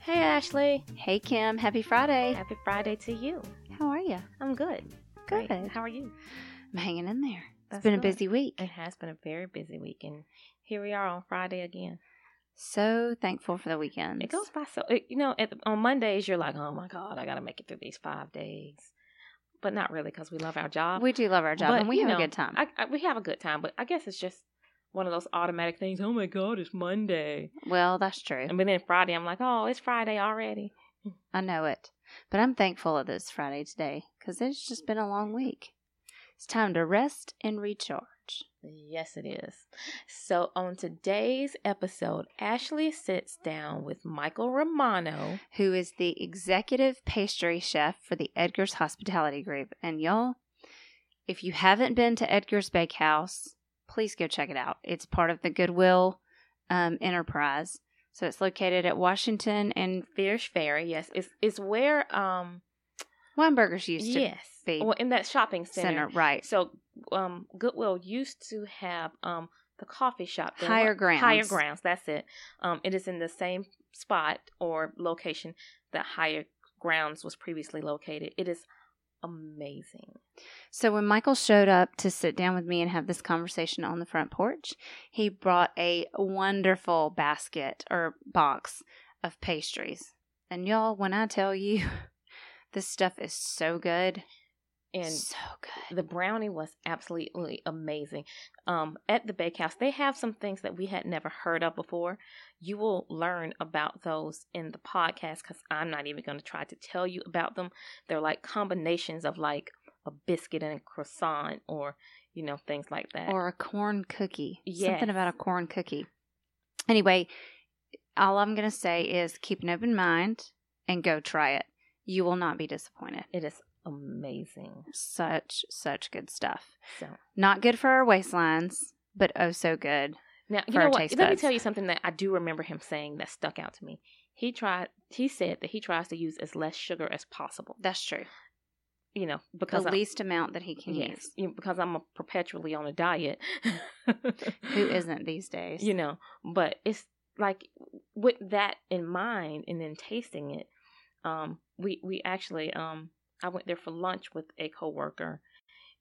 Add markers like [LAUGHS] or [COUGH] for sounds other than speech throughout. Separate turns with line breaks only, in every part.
Hey, Ashley.
Hey, Kim. Happy Friday.
Happy Friday to you.
How are you?
I'm good.
Good.
Great. How are you?
I'm hanging in there.
That's
it's been
good.
a busy week.
It has been a very busy week, and here we are on Friday again.
So thankful for the weekend.
It goes by so, it, you know, at, on Mondays, you're like, oh my God, I got to make it through these five days. But not really because we love our job.
We do love our job
But,
and we
you
have
know,
a good time.
I, I, we have a good time, but I guess it's just one of those automatic things. Oh my God, it's Monday.
well, that's true.
And but then Friday, I'm like, oh, it's Friday already.
I know it. But I'm thankful of this Friday today because it's just been a long week. It's time to rest and recharge.
Yes, it is. So, on today's episode, Ashley sits down with Michael Romano.
Who is the executive pastry chef for the Edgar's Hospitality Group? And y'all, if you haven't been to Edgar's Bakehouse, please go check it out. It's part of the Goodwill um, enterprise. So it's located at Washington and
Fierce Ferry, yes, it's it's where um
Weinberger's used to
yes,
be
well in that shopping
center,
center.
right?
So um Goodwill used to have um the coffee shop there.
Higher grounds.
Higher grounds, that's it. Um, it is in the same spot or location that Higher Grounds was previously located. It is amazing.
So when Michael showed up to sit down with me and have this conversation on the front porch, he brought a wonderful basket or box of pastries. And y'all, when I tell you, [LAUGHS] this stuff is so good,
And
so good.
the brownie was absolutely amazing. Um, at the bakehouse, they have some things that we had never heard of before. You will learn about those in the podcast because I'm not even going to try to tell you about them. They're like combinations of like a biscuit and a croissant, or you know things like that.
Or a corn cookie.
Yes.
Something about a corn cookie. Anyway, all I'm going to say is keep an open mind and go try it. You will not be disappointed.
it is amazing.
Such, such good stuff.
So
Not good for our waistlines, but oh so good.
now you
For
know
our
what.
taste
Let me
buds.
tell you something that I do remember him saying that stuck out to me. He tried. He said that he tries to use as less sugar as possible.
That's true.
You know
The
because I-
least amount that he can
Yes, you know, because I'm a perpetually on a diet.
use. Who isn't these days?
You know, but it's like with that in mind, and then tasting it. Um, we we actually um, I went there for lunch with a coworker,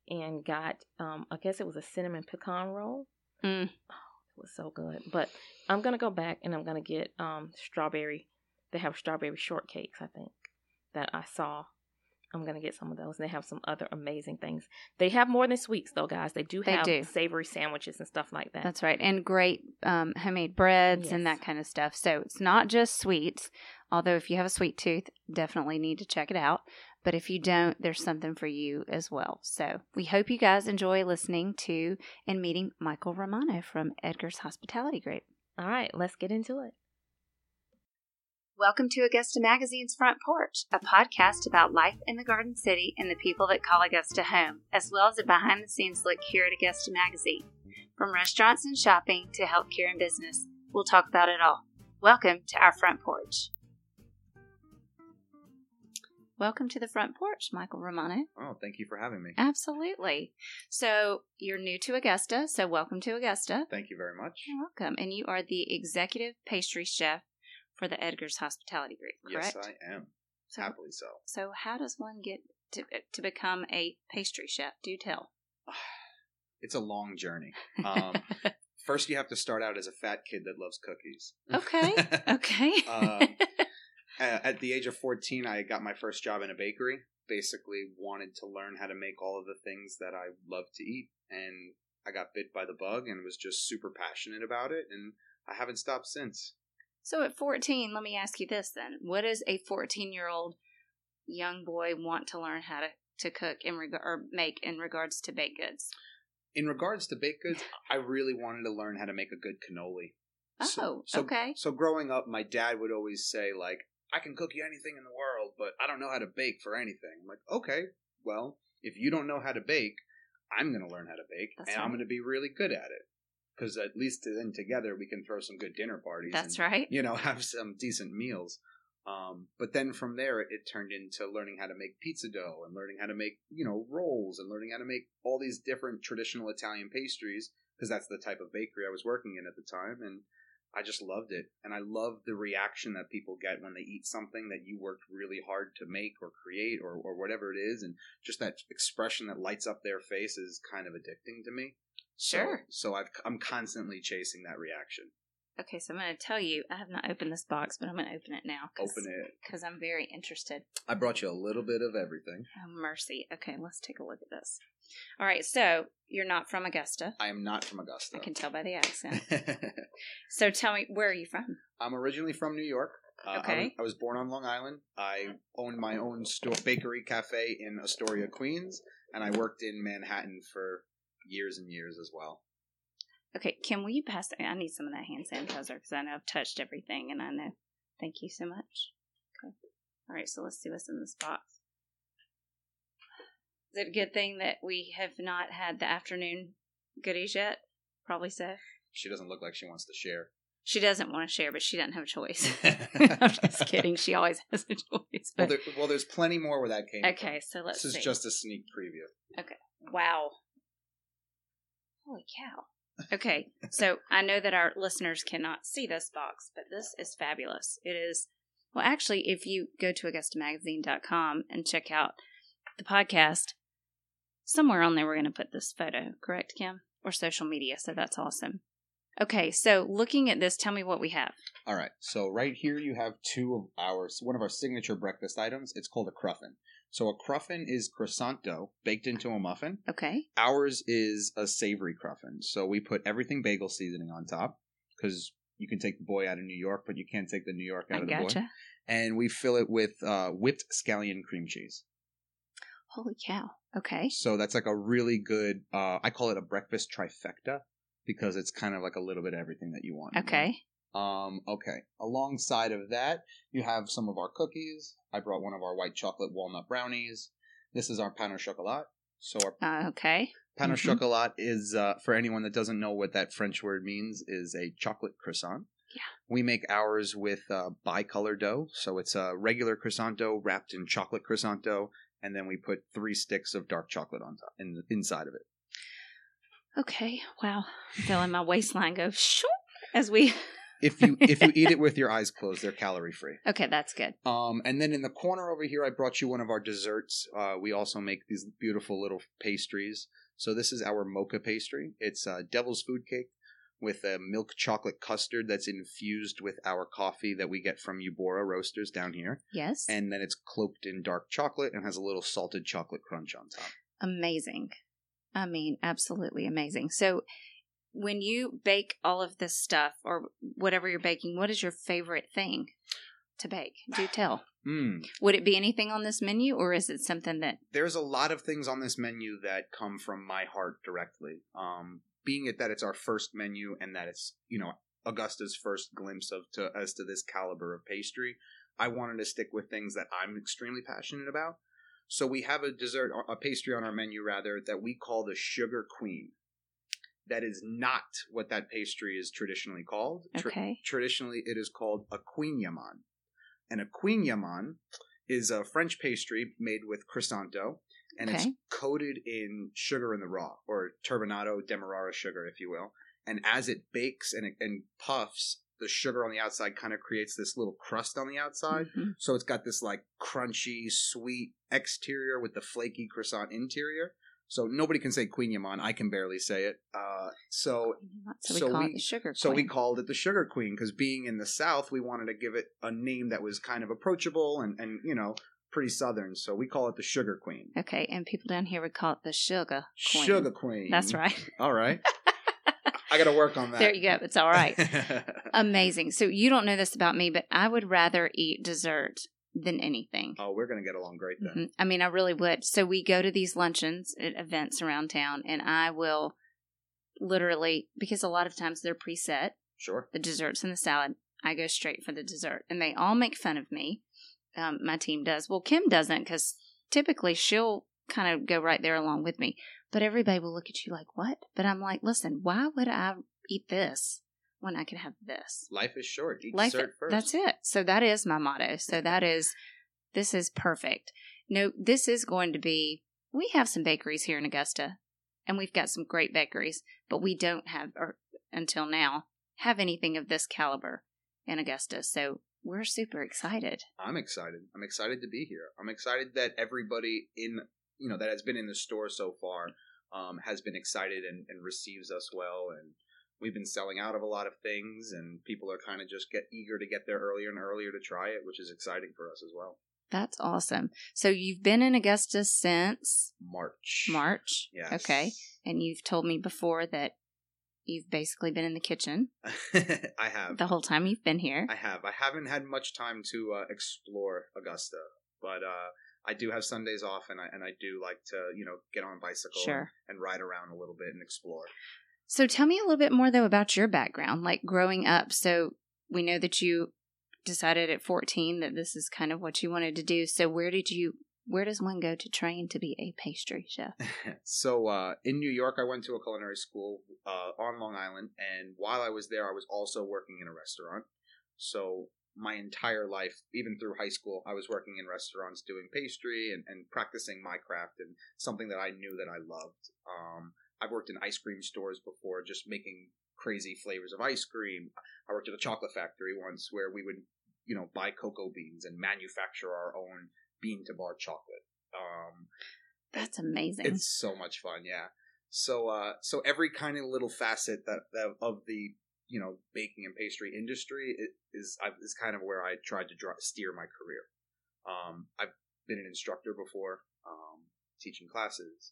and got um, I guess it was a cinnamon pecan roll.
Mm.
Oh, it was so good. But I'm gonna go back and I'm gonna get um strawberry. They have strawberry shortcakes, I think, that I saw. I'm gonna get some of those. And they have some other amazing things. They have more than sweets though, guys. They do
They
have
do.
savory sandwiches and stuff like that.
That's right. And great um, homemade breads and
Yes.
that kind of stuff. So it's not just sweets, although if you have a sweet tooth, definitely need to check it out. But if you don't, there's something for you as well. So we hope you guys enjoy listening to and meeting Michael Romano from Edgar's Hospitality Group.
All right, let's get into it.
Welcome to Augusta Magazine's Front Porch, a podcast about life in the Garden City and the people that call Augusta home, as well as a behind the scenes look here at Augusta Magazine. From restaurants and shopping to healthcare and business, we'll talk about it all. Welcome to our front porch. Welcome to the front porch, Michael Romano.
Oh, thank you for having me.
Absolutely. So, you're new to Augusta, so welcome to Augusta.
Thank you very much.
You're welcome. And you are the executive pastry chef for the Edgar's Hospitality Group, correct?
Yes, I am.
So,
Happily so.
so how does one get to to become a pastry chef? Do tell.
It's a long
[LAUGHS]
journey. Um, first, you have to start out as a fat kid that loves cookies.
[LAUGHS] Okay.
[LAUGHS]
okay. [LAUGHS]
Um, a- at the age of 14, I got my first job in a bakery. Basically, wanted to learn how to make all of the things that I love to eat. And I got bit by the bug and was just super passionate about it. And I haven't stopped since.
so at 14, let me ask you this then. What does a 14-year-old young boy want to learn how to to cook in reg- or make in regards to baked goods?
In regards to
[SIGHS]
baked goods, I really wanted to learn how to make a good cannoli.
Oh,
So- so-
okay.
So growing up, my dad would always say like, "I can cook you anything in the world, but I don't know how to bake for anything." I'm like, "Okay, well, if you don't know how to bake, I'm going to learn how to bake,
That's
and
right.
I'm going to be really good at it." Because at least then together we can throw some good dinner parties.
That's
and,
right.
You know, [LAUGHS] have some decent meals. Um, but then from there, it, it turned into learning how to make pizza dough and learning how to make you know rolls and learning how to make all these different traditional Italian pastries because that's the type of bakery I was working in at the time. And I just loved it. And I love the reaction that people get when they eat something that you worked really hard to make or create or, or whatever it is. And just that expression that lights up their face is kind of addicting to me. So-
Sure.
So, I've, I'm constantly chasing that reaction.
Okay, so I'm going to tell you. I have not opened this box, but I'm going to open it now.
Open it.
Because I'm very interested.
I brought you a little bit of everything.
Oh, mercy. Okay, let's take a look at this. All right, so you're not from Augusta.
I am not from Augusta.
I
[LAUGHS]
can tell by the accent. so tell me, where are you from?
I'm originally from New York. Uh, I
Okay.
was- I was born on Long Island. I owned my own store, bakery cafe in Astoria, Queens, and I worked in Manhattan for years and years as well.
Okay, Kim, will you pass? I need some of that hand sanitizer because I know I've touched everything and I know. Thank you so much. Okay. All right, so let's see what's in this box. Is it a good thing that we have not had the afternoon goodies yet? Probably so.
She doesn't look like she wants to share.
She doesn't want to share, but she doesn't have a choice. [LAUGHS] I'm just kidding. She always has a choice.
Well,
But
there, well, there's plenty more where that came. from.
okay, so let's
this is
see.
just a sneak preview.
Wow. Holy cow. Okay, so I know that our listeners cannot see this box, but this is fabulous. It is, well, actually, if you go to AugustaMagazine.com and check out the podcast, somewhere on there we're going to put this photo, correct, Kim? Or social media, so that's awesome. Okay, so looking at this, tell me what we have.
All right. So right here you have two of our one of our signature breakfast items. It's called a cruffin. So a cruffin is croissant dough baked into a muffin.
Okay,
Ours is a savory cruffin. So we put everything bagel seasoning on top because you can take the boy out of New York, but you can't take the New York out
I
of the boy.
gotcha.
And we fill it with uh, whipped scallion cream cheese.
Holy cow. Okay.
So that's like a really good. Uh, I call it a breakfast trifecta because it's kind of like a little bit of everything that you want.
Okay.
Um, okay. Alongside of that, you have some of our cookies. I brought one of our white chocolate walnut brownies. This is our pan au chocolat. So our
Uh, okay.
pan au
Mhm.
chocolat is, uh, for anyone that doesn't know what that French word means, is a chocolate croissant.
Yeah.
We make ours with uh, bicolor dough. So it's a regular croissant dough wrapped in chocolate croissant dough. And then we put three sticks of dark chocolate on top, in, inside of it.
Okay. Wow. Feeling my waistline go shoo as we.
If you if you eat it with your eyes closed, they're calorie free.
Okay, that's good.
Um, and then in the corner over here, I brought you one of our desserts. Uh, we also make these beautiful little pastries. So this is our mocha pastry. It's uh, devil's food cake with a milk chocolate custard that's infused with our coffee that we get from Eubora Roasters down here.
Yes.
And then it's cloaked in dark chocolate and has a little salted chocolate crunch on top.
amazing. I mean, absolutely amazing. So, when you bake all of this stuff or whatever you're baking, what is your favorite thing to bake? Do tell.
Mm.
Would it be anything on this menu or is it something that.
there's a lot of things on this menu that come from my heart directly. Um, being it that it's our first menu and that it's you know Augusta's first glimpse of to as to this caliber of pastry, I wanted to stick with things that I'm extremely passionate about. So we have a dessert, a pastry on our menu rather that we call the Sugar Queen. That is not what that pastry is traditionally called. Tra-
Okay.
traditionally it is called a queen yaman. And a queen yaman is a French pastry made with croissant dough, and it's
Okay.
coated in sugar in the raw, or turbinado demerara sugar, if you will. And as it bakes and, and puffs, the sugar on the outside kind of creates this little crust on the outside.
Mhm.
So it's got this like crunchy, sweet exterior with the flaky croissant interior. So nobody can say queen yaman. I can barely say it. Uh, so
Mm-hmm. So we
so
call
we-
it the sugar.
so we
queen.
called it the Sugar Queen because being in the South, we wanted to give it a name that was kind of approachable and, and you know, pretty Southern. So we call it the Sugar Queen.
Okay, and people down here would call it the sugar. Queen.
Sugar Queen.
That's
[LAUGHS]
right. [LAUGHS]
All right. I got to work on that.
There you go. It's all right.
[LAUGHS] right.
Amazing. So you don't know this about me, but I would rather eat dessert than anything.
oh, we're going to get along great then.
Mhm. I mean, I really would. So we go to these luncheons at events around town, and I will literally, because a lot of times they're preset,
Sure.
the desserts and the salad, I go straight for the dessert. And they all make fun of me. Um, my team does. Well, Kim doesn't because typically she'll kind of go right there along with me. But everybody will look at you like, what? But I'm like, listen, why would I eat this when I could have this?
Life is short. Eat
Life-
dessert first.
That's it. So that is my motto. So that is, this is perfect. No, this is going to be. We have some bakeries here in Augusta, and we've got some great bakeries, but we don't have or, until now have anything of this caliber in Augusta. So we're super excited.
I'm excited. I'm excited to be here. I'm excited that everybody in you know that has been in the store so far um, has been excited and, and receives us well, and we've been selling out of a lot of things, and people are kind of just get eager to get there earlier and earlier to try it, which is exciting for us as well.
That's awesome. So you've been in Augusta since
March.
March.
Yes.
Okay. And you've told me before that you've basically been in the kitchen
[LAUGHS] I have.
the whole time you've been here.
I have. I haven't had much time to uh, explore Augusta, but uh, I do have Sundays off, and I and I do like to you know get on a bicycle
Sure.
and, and ride around a little bit and explore.
So tell me a little bit more though about your background, like growing up. So we know that you decided at 14 that this is kind of what you wanted to do. So where did you where does one go to train to be a pastry
[LAUGHS]
chef?
so uh, in New York, I went to a culinary school uh, on Long Island, and while I was there, I was also working in a restaurant. So my entire life, even through high school, I was working in restaurants doing pastry and, and practicing my craft and something that I knew that I loved. Um, I've worked in ice cream stores before, just making crazy flavors of ice cream. I worked at a chocolate factory once where we would, you know, buy cocoa beans and manufacture our own bean to bar chocolate. Um,
That's amazing.
it's so much fun, yeah. So uh so every kind of little facet that, that of the you know baking and pastry industry i- is I- is kind of where I tried to draw, steer my career. Um, I've been an instructor before, um, teaching classes.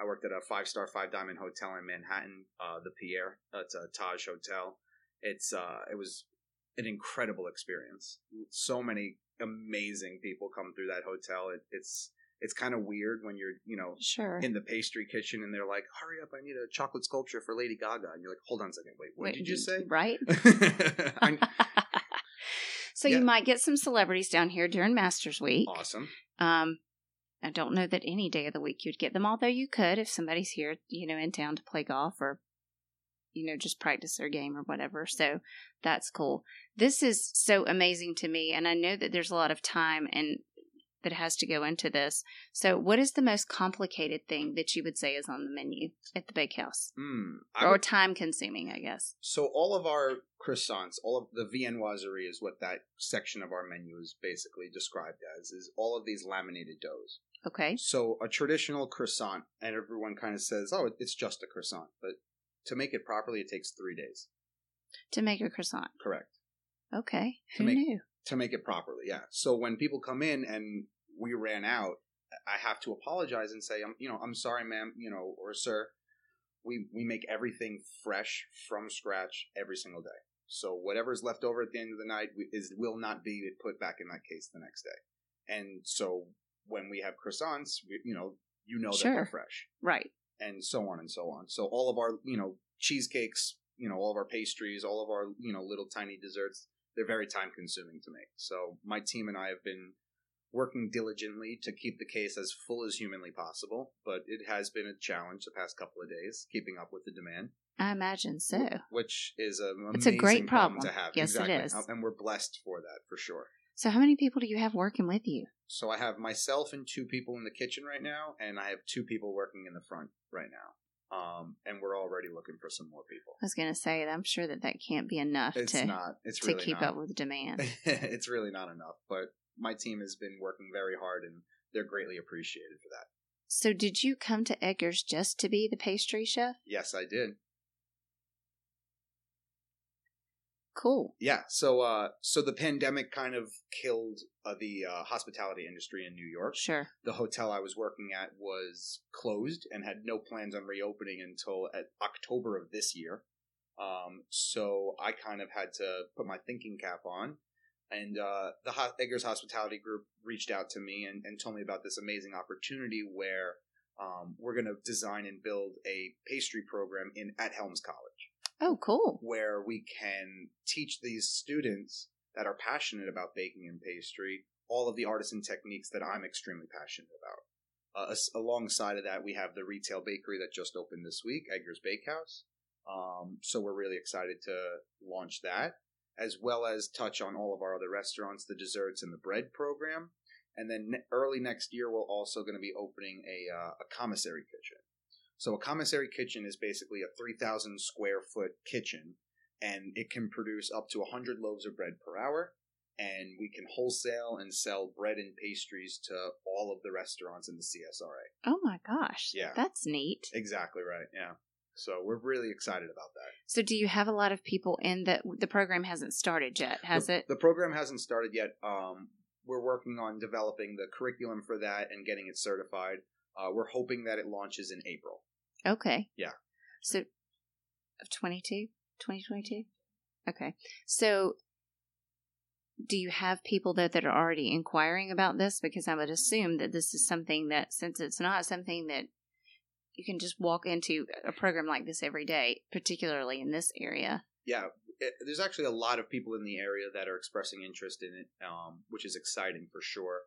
I worked at a five star five diamond hotel in Manhattan, uh, the Pierre. That's a Taj hotel. It's uh, it was an incredible experience. So many amazing people come through that hotel. It, it's it's kind of weird when you're you know [LAUGHS]
sure.
in the pastry kitchen and they're like, "Hurry up! I need a chocolate sculpture for Lady Gaga." And you're like, "Hold on a second, wait, what
Wait,
did you say?"
Right? [LAUGHS]
[LAUGHS] I'm-
so
Yeah.
you might get some celebrities down here during Masters Week.
awesome.
Um, I don't know that any day of the week you'd get them, although you could if somebody's here, you know, in town to play golf or, you know, just practice their game or whatever. So that's cool. This is so amazing to me. And I know that there's a lot of time and that has to go into this. So, what is the most complicated thing that you would say is on the menu at the bakehouse?
Hmm. I
Or
would-
time consuming, I guess.
so all of our croissants, all of the viennoiserie is what that section of our menu is basically described as. Is all of these laminated doughs.
Okay.
So a traditional croissant, and everyone kind of says, "Oh, it's just a croissant," but to make it properly, it takes three days.
To make a croissant.
Correct.
Okay.
To
Who
make-
knew?
to make it properly. Yeah. So when people come in and we ran out, I have to apologize and say, I'm, you know, I'm sorry, ma'am, you know, or sir. We we make everything fresh from scratch every single day. So whatever's left over at the end of the night we- is will not be put back in that case the next day. And so when we have croissants, we, you know, you know that
Sure.
they're fresh,
Right.
and so on and so on. So all of our, you know, cheesecakes, you know, all of our pastries, all of our, you know, little tiny desserts, they're very time consuming to make. So my team and I have been working diligently to keep the case as full as humanly possible, but it has been a challenge the past couple of days keeping up with the demand,
I imagine so.
which is a
It's a
amazing
great problem.
to have.
Yes, it
exactly.
is.
and we're blessed for that for sure.
So, how many people do you have working with you?
So I have myself and two people in the kitchen right now, and I have two people working in the front right now. Um, and we're already looking for some more people.
I was going to say, I'm sure that that can't be enough
It's
to
not. It's
to
really
keep
[LAUGHS] not.
up with demand.
it's really not enough. But my team has been working very hard, and they're greatly appreciated for that.
so, did you come to Eggers just to be the pastry chef?
Yes, I did.
Cool.
Yeah. So, uh, so the pandemic kind of killed uh, the uh, hospitality industry in New York.
Sure.
The hotel I was working at was closed and had no plans on reopening until at October of this year. Um, so I kind of had to put my thinking cap on. And uh, the Ho- Eggers Hospitality Group reached out to me and, and told me about this amazing opportunity where um, we're going to design and build a pastry program in at Helms College
Oh, cool.
where we can teach these students that are passionate about baking and pastry all of the artisan techniques that I'm extremely passionate about. Uh, as- alongside of that, we have the retail bakery that just opened this week, Edgar's Bakehouse. Um, so we're really excited to launch that, as well as touch on all of our other restaurants, the desserts and the bread program. And then ne- early next year, we're also going to be opening a, uh, a commissary kitchen. So a commissary kitchen is basically a 3,000 square foot kitchen and it can produce up to 100 loaves of bread per hour. And we can wholesale and sell bread and pastries to all of the restaurants in the CSRA.
Oh my gosh.
Yeah.
That's neat.
Exactly right. Yeah. So we're really excited about that.
So do you have a lot of people in that the program hasn't started yet, has
the,
it?
The program hasn't started yet. Um, we're working on developing the curriculum for that and getting it certified. Uh, we're hoping that it launches in April.
Okay.
Yeah.
So of 22, 2022? Okay. So do you have people though that are already inquiring about this because I would assume that this is something that since it's not something that you can just walk into a program like this every day, particularly in this area.
Yeah, it, there's actually a lot of people in the area that are expressing interest in it, um, which is exciting for sure.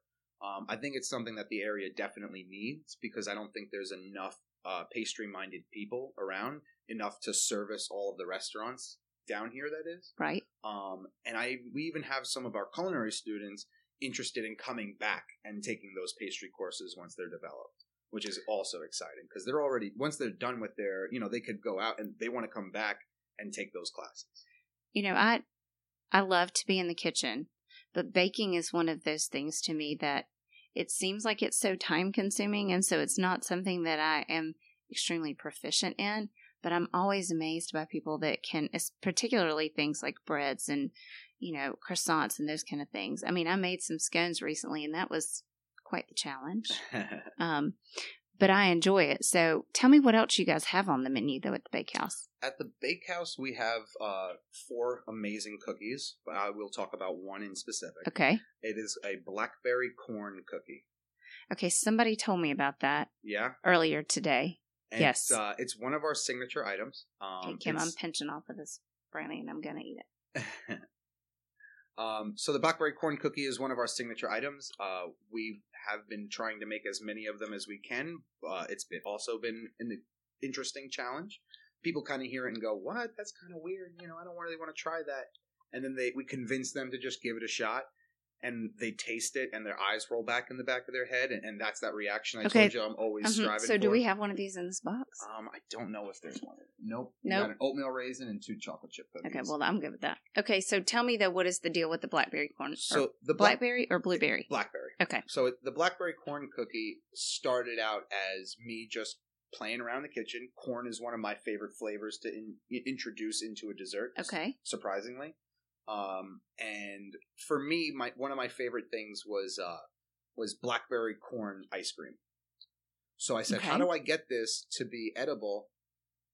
Um, I think it's something that the area definitely needs because I don't think there's enough uh, pastry minded people around, enough to service all of the restaurants down here, that is.
Right.
um, and I we even have some of our culinary students interested in coming back and taking those pastry courses once they're developed, which is also exciting because they're already once they're done with their you know they could go out and they want to come back and take those classes.
You know, I I love to be in the kitchen, but baking is one of those things to me that it seems like it's so time consuming and so it's not something that I am extremely proficient in, but I'm always amazed by people that can es- particularly things like breads and you know, croissants and those kind of things. I mean, I made some scones recently and that was quite the
[LAUGHS]
challenge. Um, but I enjoy it. So tell me what else you guys have on the menu though at the bakehouse.
[LAUGHS] At the bakehouse, we have uh, four amazing cookies. But I will talk about one in specific.
Okay.
It is a blackberry corn cookie.
Okay, somebody told me about that
Yeah.
earlier today.
And
Yes.
It's, uh, it's one of our signature items. Um,
hey Kim, I'm
it's-
pinching off of this brownie and I'm gonna eat it.
[LAUGHS] um, so the blackberry corn cookie is one of our signature items. Uh, we have been trying to make as many of them as we can. Uh, it's been also been an interesting challenge. People kind of hear it and go, "What? That's kind of weird. You know, I don't really want to try that." And then they we convince them to just give it a shot. And they taste it, and their eyes roll back in the back of their head, and, and that's that reaction I
Okay.
told you I'm always
Mhm.
striving
So do
for.
we have one of these in this box?
Um, I don't know if there's one. Nope. We
Nope.
got an oatmeal raisin and two chocolate chip cookies.
Okay, well I'm good with that. Okay, so tell me though, what is the deal with the blackberry corn? or
so the black
blackberry or blueberry?
blackberry.
Okay,
So it, the blackberry corn cookie started out as me just playing around the kitchen. Corn is one of my favorite flavors to in, introduce into a dessert.
okay,
Surprisingly, um, and for me, my one of my favorite things was uh, was blackberry corn ice cream. So I said,
Okay.
how do I get this to be edible,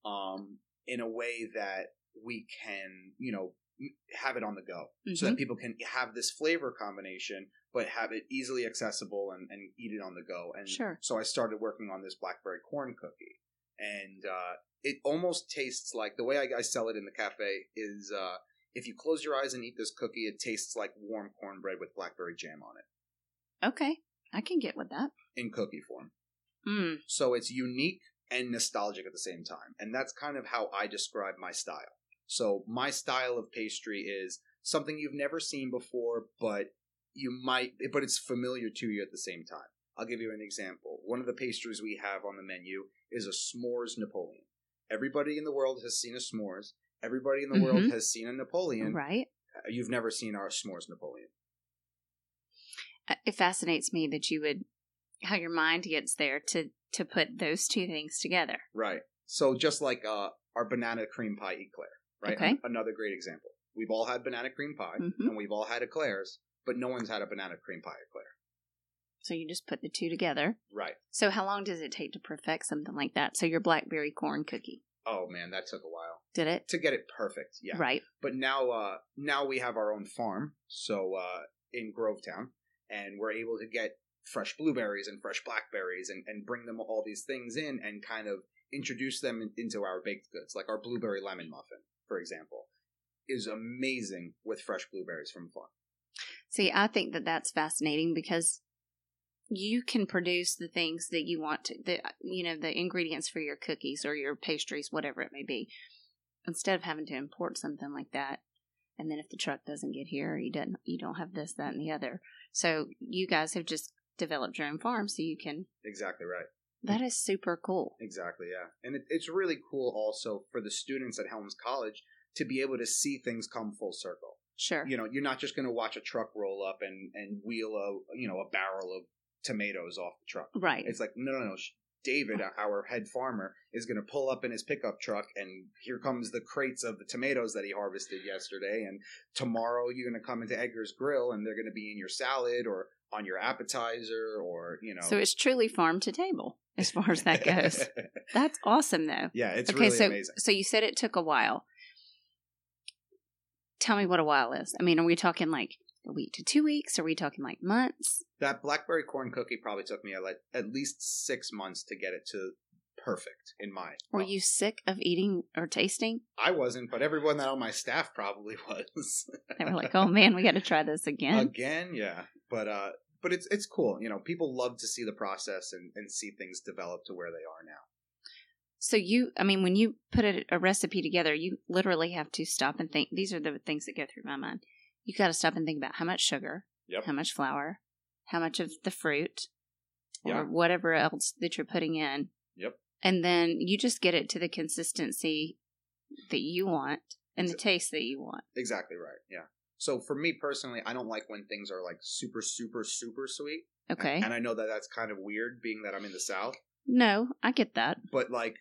um, in a way that we can, you know, m- have it on the go, so that people can have this flavor combination, but have it easily accessible and, and eat it on the go. And
Sure.
so I started working on this blackberry corn cookie, and uh, it almost tastes like the way I, I sell it in the cafe is. Uh, if you close your eyes and eat this cookie, it tastes like warm cornbread with blackberry jam on it
mm-hmm. okay, I can get with that.
in cookie form.
Mm.
So it's unique and nostalgic at the same time. And that's kind of how I describe my style. So my style of pastry is something you've never seen before, but you might, but it's familiar to you at the same time. I'll give you an example. One of the pastries we have on the menu is a s'mores Napoleon. Everybody in the world has seen a s'mores. Everybody in the world
Mhm.
has seen a Napoleon.
Right.
You've never seen our s'mores Napoleon.
Uh, It fascinates me that you would how your mind gets there to to put those two things together.
Right. So just like uh, our banana cream pie eclair, right?
Okay.
An- Another great example. We've all had banana cream pie,
Mhm.
and we've all had eclairs, but no one's had a banana cream pie eclair.
So you just put the two together.
Right.
So how long does it take to perfect something like that? So your blackberry corn cookie
Oh man, that took a while
did it
to get it perfect. Yeah.
right?
But now, uh, now we have our own farm, so uh, in Grovetown, and we're able to get fresh blueberries and fresh blackberries, and, and bring them all these things in, and kind of introduce them in- into our baked goods, like our blueberry lemon muffin, for example, is amazing with fresh blueberries from farm.
See, I think that that's fascinating because you can produce the things that you want to, the you know, the ingredients for your cookies or your pastries, whatever it may be, instead of having to import something like that. And then if the truck doesn't get here, you don't you don't have this, that, and the other. So you guys have just developed your own farm, so you can.
Exactly right.
That is super cool.
Exactly, yeah. And it, it's really cool also for the students at Helms College to be able to see things come full circle.
Sure.
You know, you're not just going to watch a truck roll up and and wheel a you know a barrel of tomatoes off the truck.
Right.
It's like no, no, no. sh- David, uh, our head farmer, is going to pull up in his pickup truck, and here comes the crates of the tomatoes that he harvested yesterday. And tomorrow, you're going to come into Edgar's Grill, and they're going to be in your salad or on your appetizer, or you know.
So it's truly farm to table as far as that goes.
[LAUGHS]
That's awesome though.
yeah, it's
okay,
really
so
amazing.
so you said it took a while. Tell me what a while is. I mean, are we talking like a week to two weeks? Are we talking like months?
That blackberry corn cookie probably took me uh, like at least six months to get it to perfect in my.
Were you sick of eating or tasting?
I wasn't, but everyone that on my staff probably [LAUGHS] was.
They were like, "Oh man, we got to try
[LAUGHS]
this again."
again yeah but uh but it's it's cool you know people love to see the process and and see things develop to where they are now
So you, I mean, when you put a, a recipe together, you literally have to stop and think. These are the things that go through my mind. You got to stop and think about how much sugar,
Yep.
how much flour, how much of the fruit,
Yeah.
or whatever else that you're putting in.
Yep.
And then you just get it to the consistency that you want and the
So-
taste that you want.
exactly right yeah so for me personally i don't like when things are like super super super sweet
Okay.
and i know that that's kind of weird being that i'm in the south
No, I get that.
but like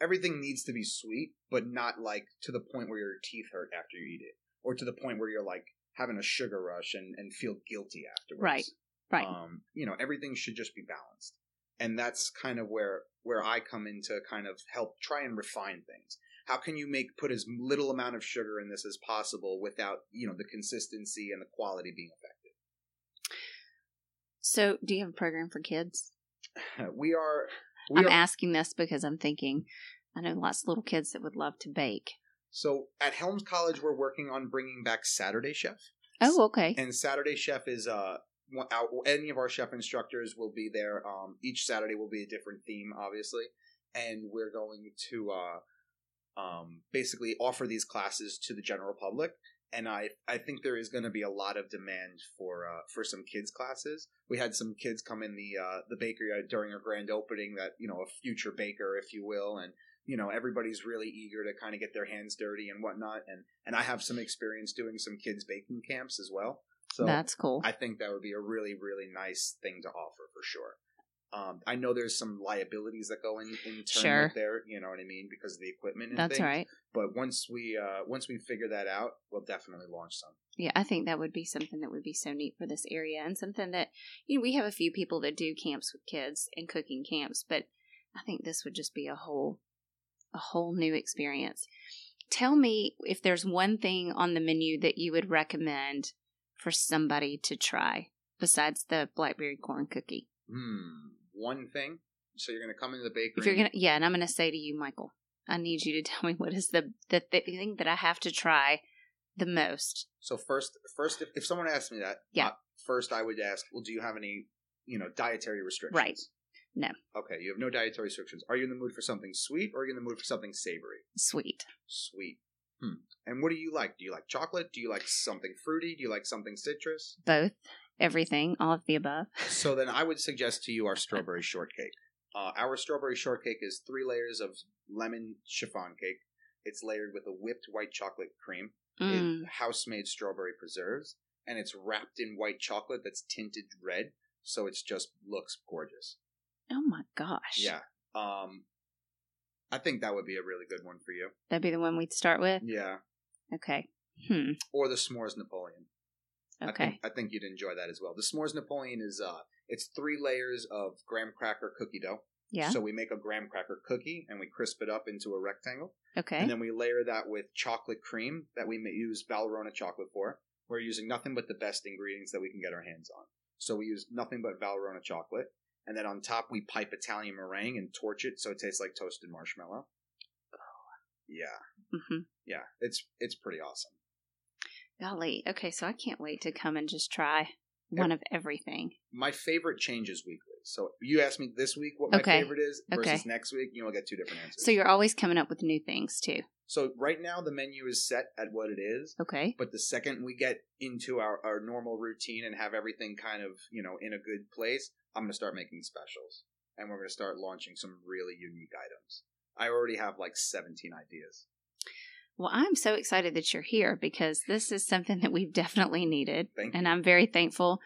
everything needs to be sweet but not like to the point where your teeth hurt after you eat it or to the point where you're like having a sugar rush and and feel guilty afterwards
Right. Right.
um, you know everything should just be balanced and that's kind of where where i come in to kind of help try and refine things how can you make put as little amount of sugar in this as possible without you know the consistency and the quality being
so, do you have a program for kids?
affected [LAUGHS] we are we
I'm
are
asking this because I'm thinking I know lots of little kids that would love to bake.
so at helms college we're working on bringing back saturday chef
Oh, okay.
and Saturday Chef is uh one- our, any of our chef instructors will be there. Um, each Saturday will be a different theme, obviously, and we're going to uh, um, basically offer these classes to the general public. And I I think there is going to be a lot of demand for uh, for some kids classes. We had some kids come in the uh, the bakery uh, during our grand opening that you know a future baker, if you will, and you know everybody's really eager to kind of get their hands dirty and whatnot and and i have some experience doing some kids baking camps as well so
That's cool.
i think that would be a really really nice thing to offer for sure um, i know there's some liabilities that go in in turn
Sure.
with there you know what i mean because of the equipment and
That's
things.
right.
but once we uh once we figure that out we'll definitely launch some
Yeah, I think that would be something that would be so neat for this area and something that, you know, we have a few people that do camps with kids and cooking camps, but I think this would just be a whole a whole new experience. Tell me if there's one thing on the menu that you would recommend for somebody to try besides the blackberry corn cookie.
hmm one thing so you're gonna come into the bakery
If you're
and-
going to Yeah, and I'm going to say to you, Michael, I need you to [LAUGHS] tell me what is the the thi- thing that I have to try the most.
So first, first, if, if someone asked me that,
Yeah.
uh, first I would ask, well, do you have any, you know, dietary restrictions?
Right. No.
Okay, you have no dietary restrictions. Are you in the mood for something sweet, or are you in the mood for something savory?
Sweet.
Sweet. Hmm. And what do you like? Do you like chocolate? Do you like something fruity? Do you like something citrus?
both everything all of the
[LAUGHS]
above
So then I would suggest to you our strawberry shortcake. Uh, our strawberry shortcake is three layers of lemon chiffon cake. It's layered with a whipped white chocolate cream.
Mm,
in house made strawberry preserves and it's wrapped in white chocolate that's tinted red so it's just looks gorgeous
oh my gosh
yeah um i think that would be a really good one for you
that'd be the one we'd start with
yeah
okay hmm
or the s'mores napoleon
okay
i think, I think you'd enjoy that as well the s'mores napoleon is uh it's three layers of graham cracker cookie dough
yeah
so we make a graham cracker cookie and we crisp it up into a rectangle
okay
And then we layer that with chocolate cream that we may use Valrhona chocolate for. We're using nothing but the best ingredients that we can get our hands on. So we use nothing but Valrhona chocolate. And then on top, we pipe Italian meringue and torch it so it tastes like toasted marshmallow. Yeah,
hmm
yeah, it's it's pretty awesome.
golly okay so i can't wait to come and just try one of everything
My favorite changes weekly. So you asked me this week what my
Okay.
favorite is versus
Okay.
next week, you will get two different answers.
so you're always coming up with new things too
so right now the menu is set at what it is.
okay
but the second we get into our, our normal routine and have everything kind of you know in a good place i'm going to start making specials and we're going to start launching some really unique items i already have like 17 ideas
Well, I'm so excited that you're here because this is something that we've [LAUGHS] definitely needed.
Thank
and I'm very thankful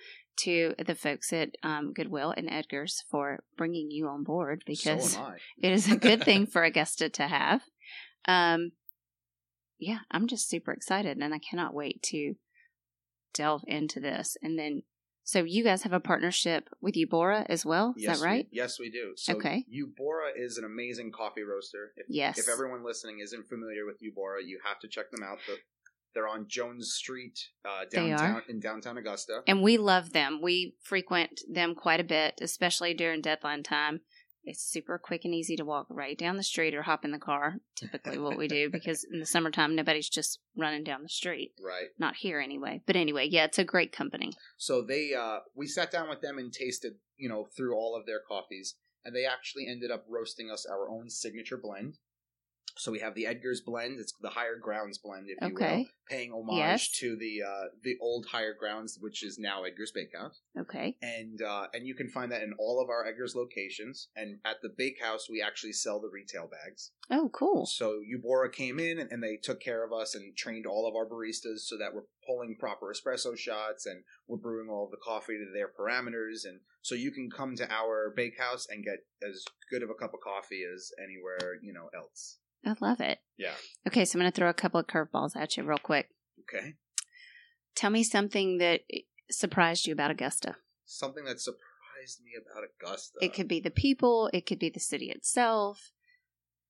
to the folks at um, Goodwill and Edgar's for bringing you on board because
so am I.
[LAUGHS] it is a good
[LAUGHS]
thing for Augusta to have. Um, yeah, I'm just super excited and I cannot wait to delve into this. And then, so you guys have a partnership with Eubora as well, is
yes,
that right?
We, yes, we do. So
Okay.
Eubora is an amazing coffee roaster. If,
yes.
if everyone listening isn't familiar with Eubora, you have to check them out. They're, they're on Jones Street, uh,
They are.
downtown in downtown Augusta.
And we love them. We frequent them quite a bit, especially during deadline time. It's super quick and easy to walk right down the street or hop in the car, typically what we do, because in the summertime, nobody's just running down the street.
right.
Not here anyway. But anyway, yeah, it's a great company.
So they uh, we sat down with them and tasted, you know, through all of their coffees, and they actually ended up roasting us our own signature blend. So we have the Edgar's blend. It's the Higher Grounds blend, if you will,
Okay.
paying homage
Yes.
to the uh, the old Higher Grounds, which is now Edgar's Bakehouse.
Okay.
and uh, and you can find that in all of our Eggers locations. And at the bakehouse, we actually sell the retail bags.
Oh, cool.
So Eubora came in and, and they took care of us and trained all of our baristas so that we're pulling proper espresso shots and we're brewing all the coffee to their parameters. And so you can come to our bakehouse and get as good of a cup of coffee as anywhere you know else.
I love it.
Yeah.
Okay, so I'm going to throw a couple of curveballs at you real quick.
Okay.
Tell me something that eh, surprised you about Augusta.
Something that surprised me about Augusta.
It could be the people, it could be the city itself.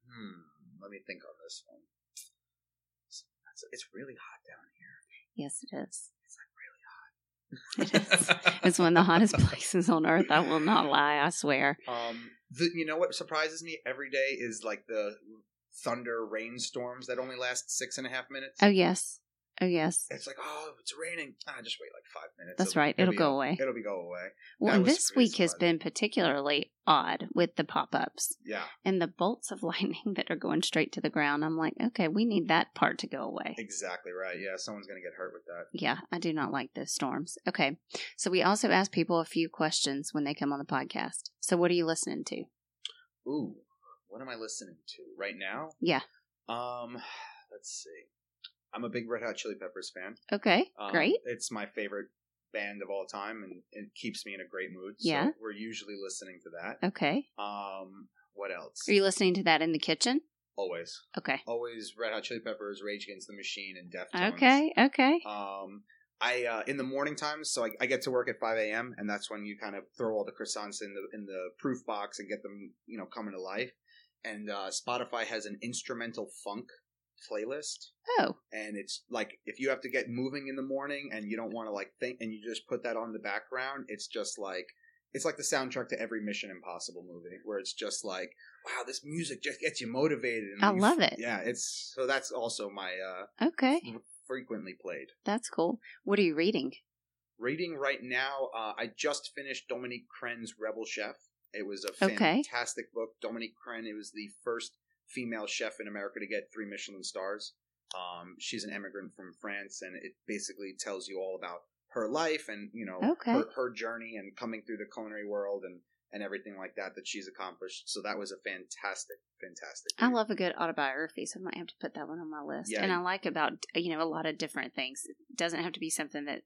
Hmm. Let me think on this one. It's- It's really hot down here.
Yes, it is. It is. It's one of the
[LAUGHS]
hottest places on earth. I will not lie, I swear.
Um, the, you know what surprises me every day is like the thunder rainstorms that only last six and a half minutes.
Oh, yes. Oh, yes.
It's like, oh, it's raining. Ah, just wait like five minutes.
That's right. It'll
be
go
o-
away.
It'll be go away.
Well,
that
and
was
this
pretty
week has
surprising.
been particularly odd with the pop ups
Yeah,
and the bolts of [LAUGHS] lightning that are going straight to the ground. I'm like, okay, we need that part to go away.
exactly right. Yeah, someone's gonna get hurt with that.
Yeah, I do not like those storms. Okay. So we also ask people a few questions when they come on the podcast. So what are you listening to?
Ooh, what am I listening to right now?
Yeah.
Um, let's see. I'm a big Red Hot Chili Peppers fan.
Okay.
Um,
great.
It's my favorite band of all time, and it keeps me in a great mood.
Yeah.
So we're usually listening to that.
Okay.
Um, what else?
Are you listening to that in the kitchen?
Always,
Okay.
always Red Hot Chili Peppers, Rage Against the Machine, and Deftones.
Okay. Okay.
Um, I uh, in the morning times, so I, I get to work at five a.m. and that's when you kind of throw all the croissants in the in the proof box and get them, you know, coming to life. And uh, Spotify has an instrumental funk playlist
Oh,
and it's like if you have to get moving in the morning and you don't want to like think and you just put that on the background it's just like it's like the soundtrack to every mission impossible movie where it's just like wow this music just gets you motivated and
I
you f-
love it.
yeah it's so that's also my uh
okay.
frequently played
That's cool. What are you reading?
reading right now uh, i just finished dominique cren's rebel chef it was a
Okay.
fantastic book dominique cren it was the first female chef in america to get three michelin stars um, she's an immigrant from france and it basically tells you all about her life and you know
Okay.
her, her journey and coming through the culinary world and and everything like that that she's accomplished so that was a fantastic fantastic
I
read.
love a good autobiography, so I might have to put that one on my list.
Yeah.
And I like about you know a lot of different things. It doesn't have to be something that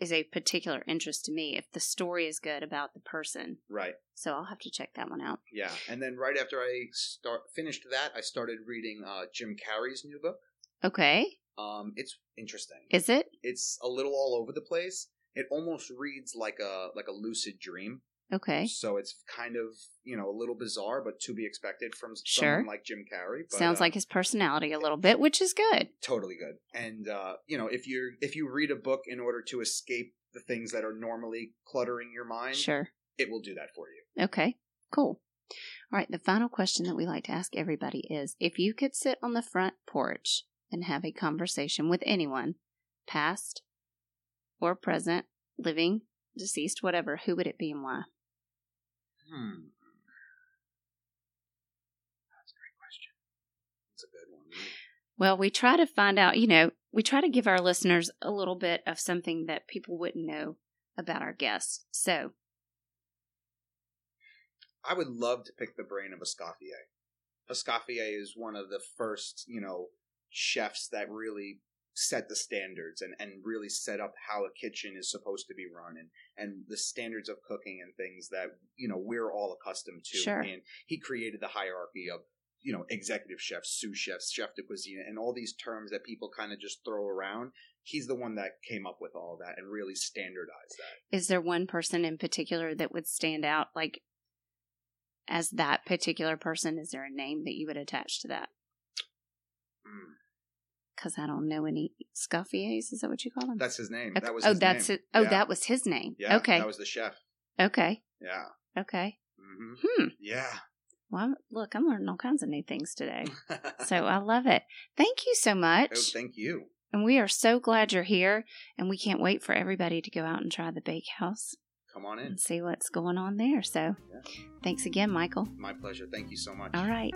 is a particular interest to me if the story is good about the person.
right
So I'll have to check that one out.
yeah and then right after i start finished that i started reading uh, jim carrey's new book
Okay.
Um, it's interesting.
Is it?
It's a little all over the place. It almost reads like a like a lucid dream.
Okay.
So it's kind of you know a little bizarre, but to be expected from s-
Sure.
someone like Jim Carrey. But,
Sounds
uh,
like his personality a little bit, which is good.
totally good. And uh, you know if you if you read a book in order to escape the things that are normally cluttering your mind,
Sure.
it will do that for you.
Okay. Cool. All right. The final question that we like to ask everybody is if you could sit on the front porch and have a conversation with anyone, past or present, living, deceased, whatever, who would it be and why?
Hmm. That's a great question. That's a good one.
Well, we try to find out, you know, we try to give our listeners a little bit of something that people wouldn't know about our guests. So,
I would love to pick the brain of Escoffier. Escoffier is one of the first, you know, chefs that really set the standards and, and really set up how a kitchen is supposed to be run and, and the standards of cooking and things that you know we're all accustomed to
Sure.
and he created the hierarchy of you know executive chefs sous chefs chef de cuisine and all these terms that people kind of just throw around he's the one that came up with all that and really standardized that
Is there one person in particular that would stand out, like as that particular person? Is there a name that you would attach to that?
Mm.
Because I don't know any Scuffiers. Is that what you call them?
that's his name
Okay.
that was
oh,
his
that's
name.
it. Oh,
Yeah.
that was his name.
yeah
okay,
that was the chef
okay,
yeah
okay.
hmm
Hmm.
yeah [LAUGHS]
Well, I'm- look, I'm learning all kinds of new things today. so I love it. Thank you so much.
Oh, thank you
And we are so glad you're here. And we can't wait for everybody to go out and try the bakehouse
come on in
and see what's going on there. So thanks again, Michael.
my pleasure thank you so much
All right.